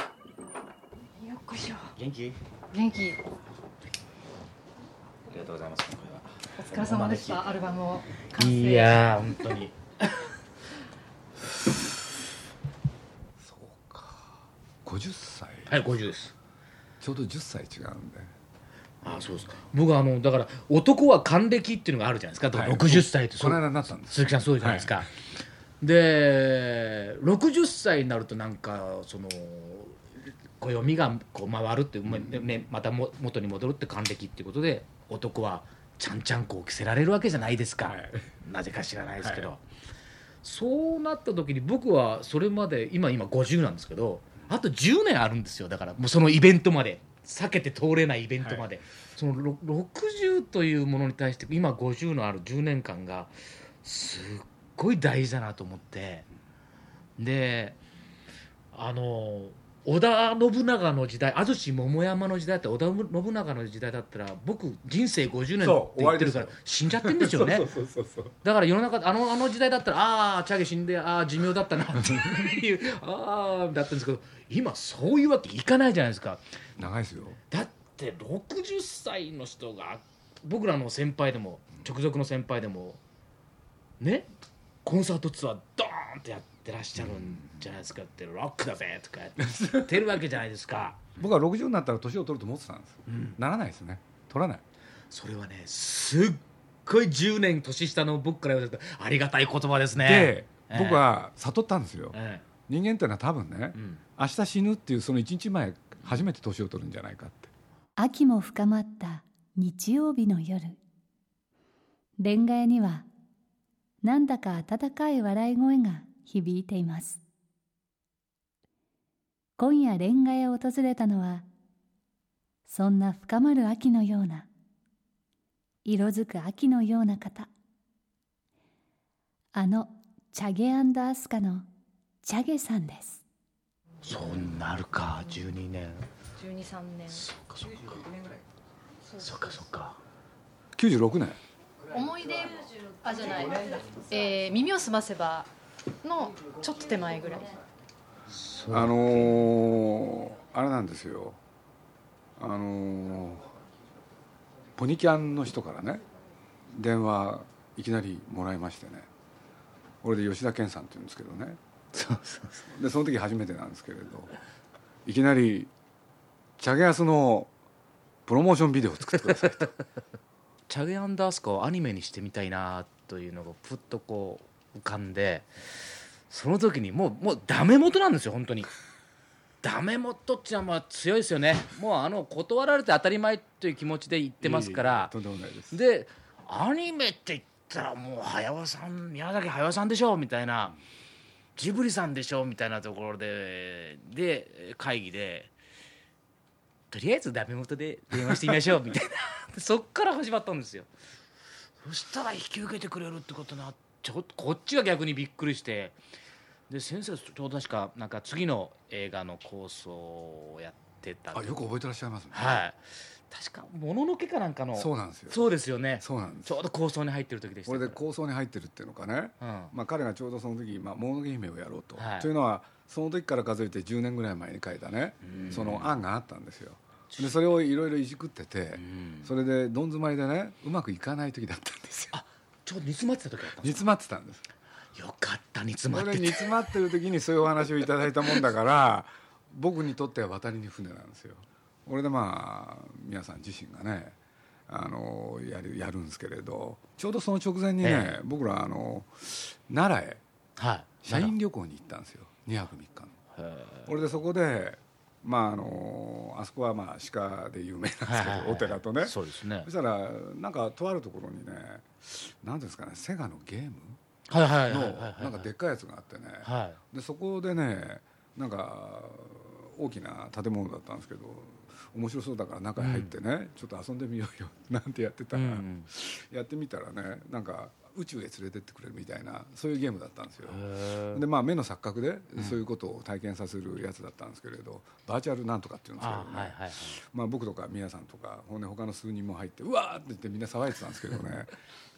よっこいしょ元気元気ありがとうございますこお疲れ様でしたアルバムをれ完は成いやー本当にそうか50歳、はい50ですちょうど10歳違うんであそうですか僕はあのだから男は還暦っていうのがあるじゃないですか、はい60歳ってこの間なったんです鈴木さんそうじゃないですか、で60歳になるとなんかその暦がこう回るって、もうね、またも元に戻るって還暦っていうことで男はちゃんちゃんこを着せられるわけじゃないですか、はいなぜか知らないですけど、そうなった時に僕はそれまで今今50なんですけどあと10年あるんですよだからもうそのイベントまで避けて通れないイベントまで、そのろ60というものに対して今50のある10年間がすっごい大事だなと思ってであの織田信長の時代安土桃山の時代って織田信長の時代だったら僕人生50年って言ってるからそう終わりですよ死んじゃってるんですよね そうそうそうそうだから世の中あのあの時代だったらああチャゲ死んでああ寿命だったなっていうああだったんですけど今そういうわけいかないじゃないですか長いですよだって60歳の人が僕らの先輩でも直属の先輩でもねコンサートツアードーンってやってらっしゃるんじゃないですかってロックだぜとかやってるわけじゃないですか僕は60になったら年を取ると思ってたんです、ならないですね取らないそれはねすっごい10年年下の僕から言わせるとありがたい言葉ですねで、ええ僕は悟ったんですよ、え人間ってのは多分ね、えうん明日死ぬっていうその1日前初めて年を取るんじゃないかって秋も深まった日曜日の夜レンガ屋にはなんだか温かい笑い声が響いています今夜レンガ屋を訪れたのはそんな深まる秋のような色づく秋のような方あのチャゲアスカのチャゲさんですそうなるか12年1 2三年そっかそっかそっかそっか96年思い出あじゃない、えー、耳をすませばのちょっと手前ぐらいあのーあれなんですよあのーポニキャンの人からね電話いきなりもらいましてね俺で吉田健さんって言うんですけどねそうそうそうでその時初めてなんですけれどいきなり「チャゲアスのプロモーションビデオを作っ てください」とチャゲアンダースカをアニメにしてみたいなというのがふっとこう浮かんでその時にもうもうダメ元なんですよ本当にダメ元っていうのはまあ強いですよねもうあの断られて当たり前という気持ちで言ってますからいえいえとんでもないですでアニメって言ったらもう早尾さん宮崎駿さんでしょみたいなジブリさんでしょみたいなところでで会議でとりあえずダメ元で電話してみましょうみたいなそっから始まったんですよそしたら引き受けてくれるってことになっちょこっちが逆にびっくりしてで先生ちょうど確かなんか次の映画の構想をやってたあよく覚えてらっしゃいますね、はい確か「もののけ」かなんかのそうなんですよそうですよねそうなんですちょうど構想に入ってる時でしたこれで構想に入ってるっていうのかね、うんまあ、彼がちょうどその時「まあ、もののけ姫」をやろうと、はいというのはその時から数えて10年ぐらい前に書いたねうんその案があったんですよでそれをいろいろいじくっててうんそれでどん詰まりでねうまくいかない時だったんですよあちょうど煮詰まってた時だったん煮で詰まってたんですすよかった煮詰そまれっでてて煮詰まってる時にそういうお話をいただいたもんだから僕にとっては渡りに船なんですよ俺でまあ皆さん自身がねあのやるやるんですけれどちょうどその直前にね、え僕らあの奈良へはい社員旅行に行ったんですよ2泊3日のへえ俺でそこでまああのあそこはまあ鹿で有名なんですけど、はいはいはいお寺とねそうですねそしたらなんかとあるところにね何ですかねセガのゲームはいはいはいはいのはいなんかでっかいやつがあってね、はでそこでねなんか大きな建物だったんですけど面白そうだから中に入ってね、ちょっと遊んでみよ うよなんてやってたい、うら、ん、やってみたらねなんか宇宙へ連れてってくれるみたいなそういうゲームだったんですよへ。ーでまあ、目の錯覚でそういうことを体験させるやつだったんですけれど、バーチャルなんとかっていうんですけどあね、はいはいはいまあ、僕とか宮さんとかほんで他の数人も入ってうわーって言ってみんな騒いでたんですけど ね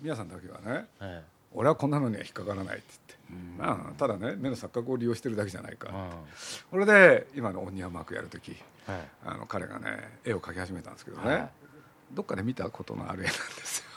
宮さんだけはねえ俺はこんなのには引っかからないって言って、まあ、ただね目の錯覚を利用してるだけじゃないえか、これで今の「オニアンマーク」やる時うんはいあの彼がね絵を描き始めたんですけどね、はいどっかで見たことのある絵なんですよ。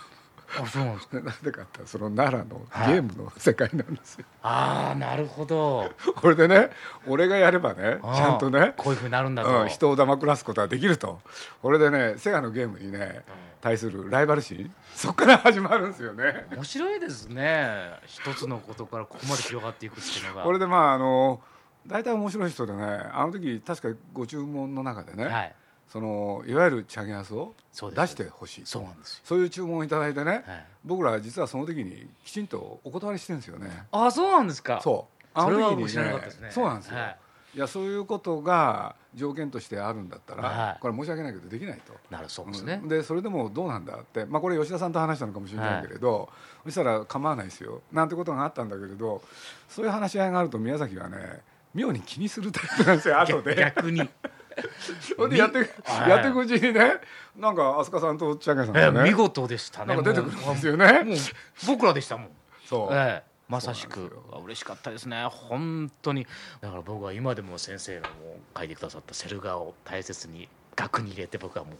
あそうなんですか なんでかってその奈良のゲームの世界なんですよ。ああなるほどこれでね俺がやればね ちあーゃんとね、こういうふうになるんだと、うん、人を黙らすことができるとこれでねセガのゲームにね対するライバル心そこから始まるんですよね。面白いですね一つのことからここまで広がっていくっていうのがこれでまああの大体面白い人でねあの時確かご注文の中でね、はいそのいわゆるチャゲアスをそうです出してほしいそうなんですよそういう注文をいただいてね、はい僕ら実はその時にきちんとお断りしてるんですよね。あそうなんですかそうそれはあの時に僕知らなかったですねそうなんですよ、、はいやそういうことが条件としてあるんだったら、はいこれ申し訳ないけどできないと。なるそうですね、うんでそれでもどうなんだって、まあ、これ吉田さんと話したのかもしれないけれど、そしたら構わないですよなんてことがあったんだけれどそういう話し合いがあると宮崎はね妙に気にするタイプなんですよ後で。逆に ほんでやってはいやっていくうちにねなんか飛鳥さんと千秋さんえがね見事でしたねなんか出てくるんですよもうもねう。僕らでしたもんそうええまさしそうなんくですあ嬉しかったですね本当にだから僕は今でも先生がもう書いてくださったセル画を大切に額に入れて僕はもう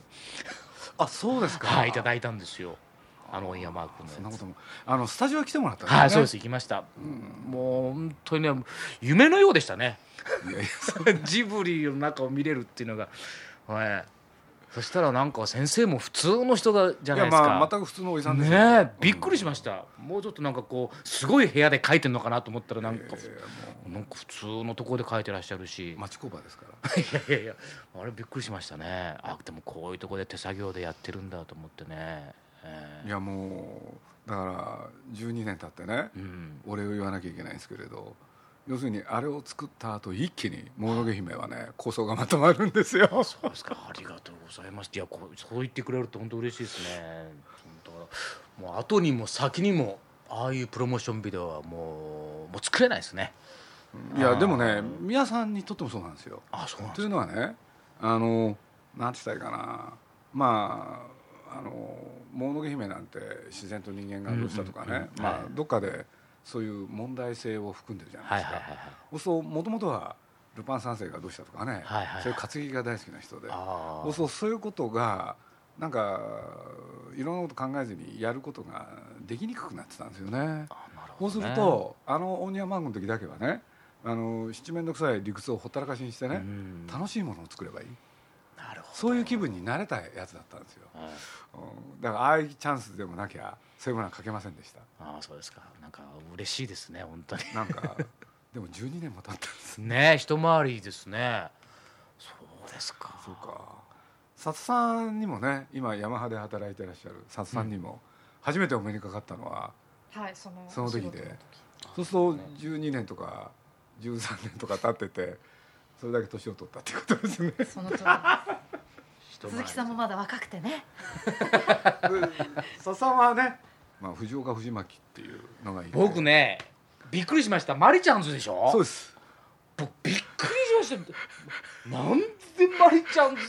あそうですか、はいいただいたんですよあのオンヤマークのやつそんなこともあのスタジオに来てもらったんはい、そうです、行きました。もう本当にね、夢のようでしたね。いやいやジブリの中を見れるっていうのが。はい。そしたら、なんか先生も普通の人がじゃいないでやすか。まあ全く普通のおじさんですよねえ、びっくりしました。もうちょっとなんかこう、すごい部屋で描いてるのかなと思ったら、なんか。なんか普通のところで描いてらっしゃるし。 町工場ですからいやいやいやあれびっくりしましたねあでもこういうところで手作業でやってるんだと思ってね、えいやもうだから12年経ってねえうんお礼を言わなきゃいけないんですけれど要するにあれを作った後一気に「もののけ姫」はね構想がまとまるんですよ そうですか。ありがとうございます。いや、こう、そう言ってくれると本当嬉しいですね。だから、もう後にも先にも、ああいうプロモーションビデオはもう、もう作れないですね。いやでもね宮さんにとってもそうなんですよあ、そうなんでとすいうのはねあのなんて言ったらいいかなまああの「もののけ姫」なんて自然と人間がどうしたとかうんうんねうんまはいあどっかでそういう問題性を含んでるじゃないはいですはいかはいはい。そうするともともとはルパン三世がどうしたとかね、はいはいそういう担ぎが大好きな人であそうあ。するとそういうことがなんかいろんなこと考えずにやることができにくくなってたんですよね。あなるそほうすどねるとあのオニアマンゴの時だけはねあの七面倒くさい理屈をほったらかしにしてうね、ん楽しいものを作ればいいなるほど。そういう気分になれたやつだったんですよ、はいうんだからああいうチャンスでもなきゃそういうものは書けませんでしたああ、そうですか。なんか嬉しいですね。本当に。な んかでも12年も経ったんですねえ、一回りですね。そうですか。そうか。佐津さんにもね、今ヤマハで働いてらっしゃる佐津さんにも初めてお目にかかったのは、はいそのその時でお仕事そうすると12年とか13年とか経ってて、それだけ年を取ったっていうこと ですね。そ の時です一回り鈴木さんもまだ若くてね佐津さんはね、まあ藤岡藤巻っていうのがいい、僕。ね。びっくりしました。マリちゃんズでしょそうです。僕びっくりしましたなんでマリちゃんズ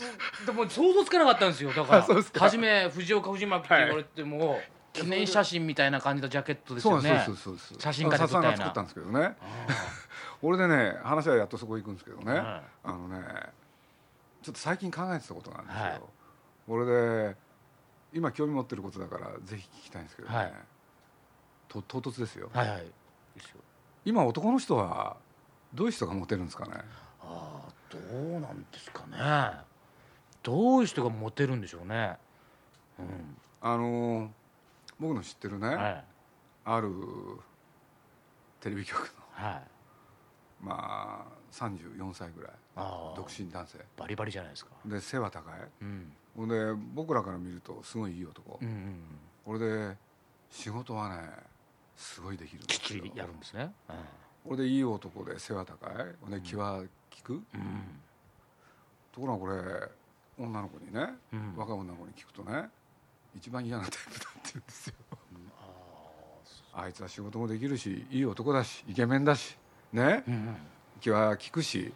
でも想像つかなかったんですよだかあそうらですか初め藤岡藤巻って言われても、記念写真みたいな感じのジャケットですそようねなんです、そうです、そうです。写真家で佐津さん撮がったような作ったんですけどね。俺でね、話はやっとそこ行くんですけどね。はあのねちょっと最近考えてたことなんですよ、はい俺で今興味持ってることだからぜひ聞きたいんですけどね、はいと唐突ですよ、いはいはい今男の人はどういう人がモテるんですかねああどうなんですかねどういう人がモテるんでしょうねうんあのー僕の知ってるね、はいあるテレビ局のはいまあ34歳ぐらいああ独身男性バリバリじゃないですかで背は高いうんほんで僕らから見るとすごいいい男、うんうんうんこれで仕事はねすごいできるんできっすちけどりやるんですねこれでいい男で背は高いほんで気は利く、うんところがこれ女の子にね、うん若い女の子に聞くとね一番嫌なタイプだって言うんですよあいつは仕事もできるしいい男だしイケメンだしねうんうん気は利くし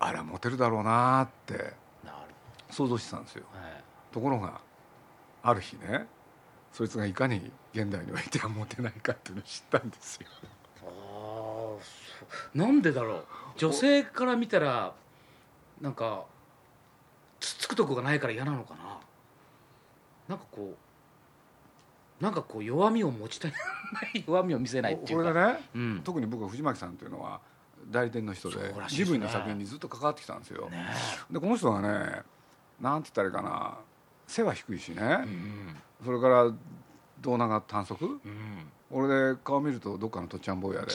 あらモテるだろうなってなる想像してたんですよほどはいところがある日ねそいつがいかに現代においてはモテないかっていうのを知ったんですよあーそうなんでだろう女性から見たらなんかつっつくとこがないから嫌なのかななんかこうなんかこう弱みを持ちたい 弱みを見せないっていこうれかがねうん特に僕は藤巻さんというのは代理店の人でそうらしいですねジブリの作品にずっと関わってきたんですよねでこの人がねなんて言ったらいいかな背は低いしえうね、んそれから胴長短足うん俺で顔見るとどっかのとっちゃん坊やで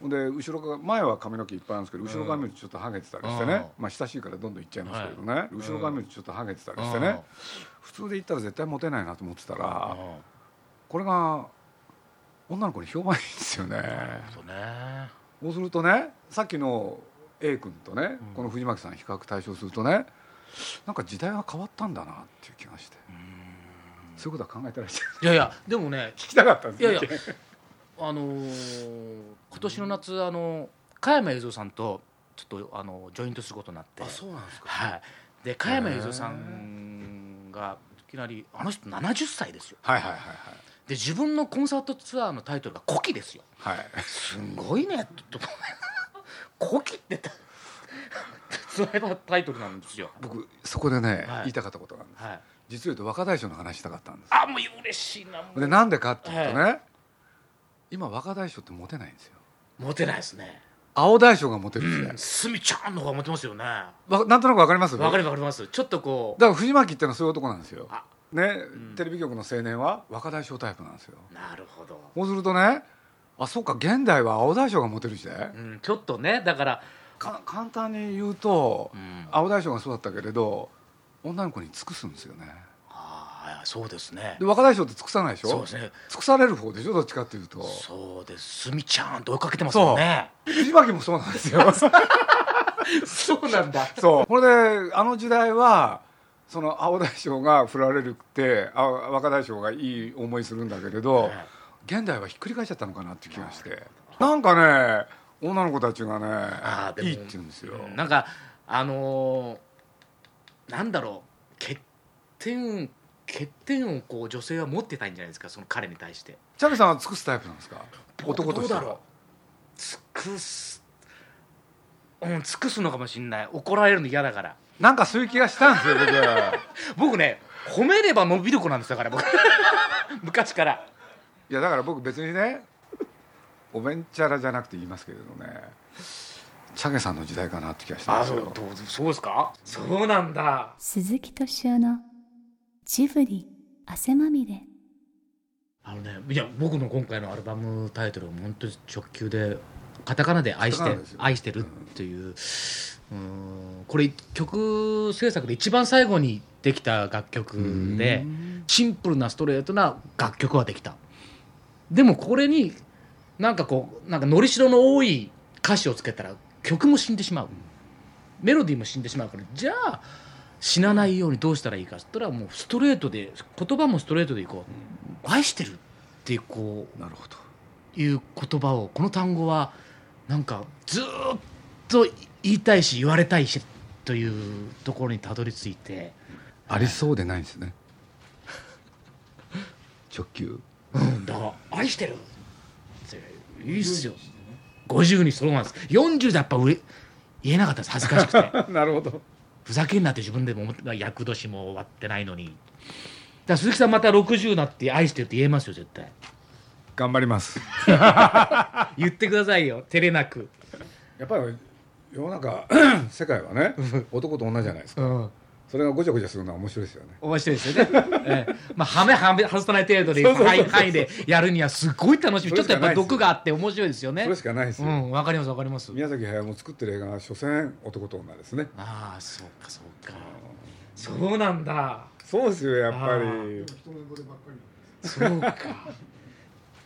ほ んで後ろから前は髪の毛いっぱいあるんですけど後ろから見るとちょっとハゲてたりしてね、まあ親しいからどんどんいっちゃいますけどね、後ろから見るとちょっとハゲてたりしてね、普通で言ったら絶対モテないなと思ってたあらあこれが女の子に評判いいんですよねそうねそうするとねさっきの A 君とね、この藤巻さん比較対象するとねなんか時代は変わったんだなっていう気がしてそういうことは考えてらっしゃる いやいやでもね聞きたかったんで すいやいやあのー今年の夏あの加山雄三さんとちょっとあのジョイントすることになってうなんですかはい、で加山雄三さんがいきなりあの人70歳ですよはいはいはいで自分のコンサートツアーのタイトルが「古希」ですよはいはいすごいねと 思って古希ってたツアーのタイトルなんですよ僕そこでね、はい言いたかったことがあるんですはい実を言うと若大将の話したかったんですあもう嬉しいなもうでなんでかっていうとね、は今若大将ってモテないんですよモテないですね青大将がモテる時代、すみちゃんの方がモテますよねわわなんとなくわかりまかすりますわかりますちょっとこだから藤巻ってのはそういう男なんですよあ、ねテレビ局の青年は若大将タイプなんですようなるほど、そうするとねあそうか現代は青大将がモテる時代うん、ちょっとねだからか簡単に言うと、ん青大将がそうだったけれど女の子に尽くすんですよねああそうですねで若大将って尽くさないでしょそうですね尽くされる方でしょどっちかっていうとそうですすみちゃんと追いかけてますよね藤巻もそうなんで すよそうなんだ。そうこれであの時代はその青大将が振られるってあ若大将がいい思いするんだけれど、はい現代はひっくり返っちゃったのかなって気がしてなんかね女の子たちがあーねでもいいって言うんですよ、なんかあのーなんだろう欠点欠点をこう女性は持ってたいんじゃないですかその彼に対して。チャビさんは尽くすタイプなんですか男としてどうだろう。尽くす。うん、尽くすのかもしれない怒られるの嫌だからなんかそういう気がしたんですよ僕 は 僕ね褒めれば伸びる子なんですだから僕 昔からいやだから僕別にねおべんちゃらじゃなくて言いますけれどねチャゲさんの時代かなって気がしたんですよどうそうですかそうなんだ鈴木敏夫のジブリ汗まみれあのねいや僕の今回のアルバムタイトルは本当に直球でカタカナで愛しカタてカナですよ愛してるっていう,、うーんこれ曲制作で一番最後にできた楽曲でシンプルなストレートな楽曲はできたでもこれになんかこうなんかのりしろの多い歌詞をつけたら曲も死んでしまうメロディーも死んでしまうからじゃあ死なないようにどうしたらいいかって言ったらもうストレートで言葉もストレートでいこう愛してるっていうこなるほどういう言葉をこの単語はなんかずーっと言いたいし言われたいしというところにたどり着いてありそうでないんです ね直球うんだから愛してるっていいっすよ50にそうなんです40でやっぱ上言えなかったです恥ずかしくてなるほどふざけんなって自分でも思って役年も終わってないのにだから鈴木さんまた60になって愛してるって言えますよ絶対頑張ります言ってくださいよ照れなく やっぱり世の中世界はね男と女じゃないですか、それがごちゃごちゃするのは面白いですよね面白いですよね。 ええまあ、はめはめ外さない程度で、範囲範囲でやるにはすごい楽しみ。そちょれっとしかやっぱないですより毒があって面白いですよね。それしかないですうよ、ん、わかりますわかります。宮崎駿も作ってる映画は所詮男と女ですねああ、そうかそうか。そうなんだ。そうですよやっぱありそうか。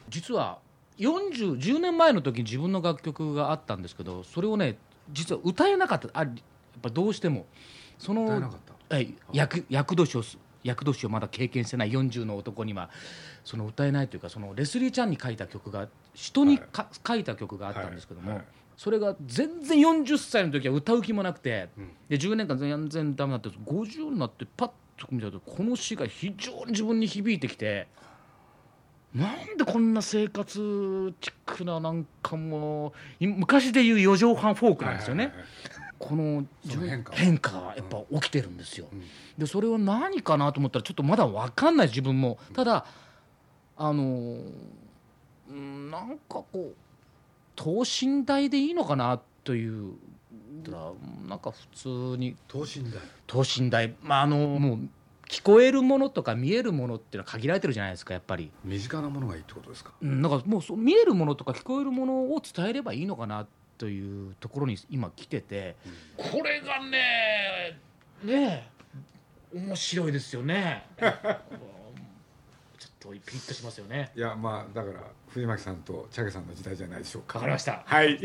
実は40 10年前の時に自分の楽曲があったんですけど、それをね、実は歌えなかった。あ、やっぱどうしてもそ歌えのなかったはい、役役年をす役年をまだ経験してない40の男にはその歌えないというかそのレスリーちゃんに書いた曲が人にか、書いた曲があったんですけども、はいはいそれが全然40歳の時は歌う気もなくて、んで10年間全然ダメだったんです50になってパッと見たとこの詩が非常に自分に響いてきて。なんでこんな生活チックななんかもうい昔でいう四畳半フォークなんですよね、はいはいはいこの自分その変化変化がやっぱ起きてるんですよ、んでそれは何かなと思ったらちょっとまだ分かんない自分もただあのーうんなんかこう等身大でいいのかなというただなんか普通に等身大等身大まああのもう聞こえるものとか見えるものっていうのは限られてるじゃないですかやっぱり。身近なものがいいってことですかうん、なんかもうそう見えるものとか聞こえるものを伝えればいいのかなというところに今来てて、これがねねえ面白いですよねうんちょっとピリッとしますよねいやまあだから藤巻さんと茶毛さんの時代じゃないでしょうかわかりましたはい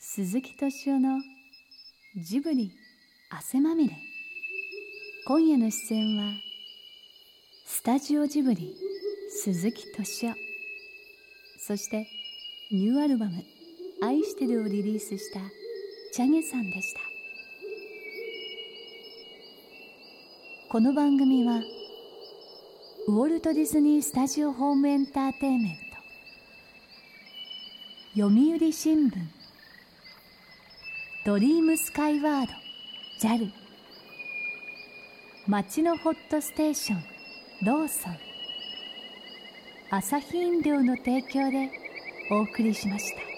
鈴木敏夫のジブリ汗まみれ今夜の視線はスタジオジブリ鈴木敏夫そしてニューアルバム「愛してる」をリリースしたチャゲさんでしたこの番組はウォルト・ディズニー・スタジオ・ホーム・エンターテインメント読売新聞ドリームスカイワード JAL 町のホットステーションローソン朝日飲料の提供でお送りしました。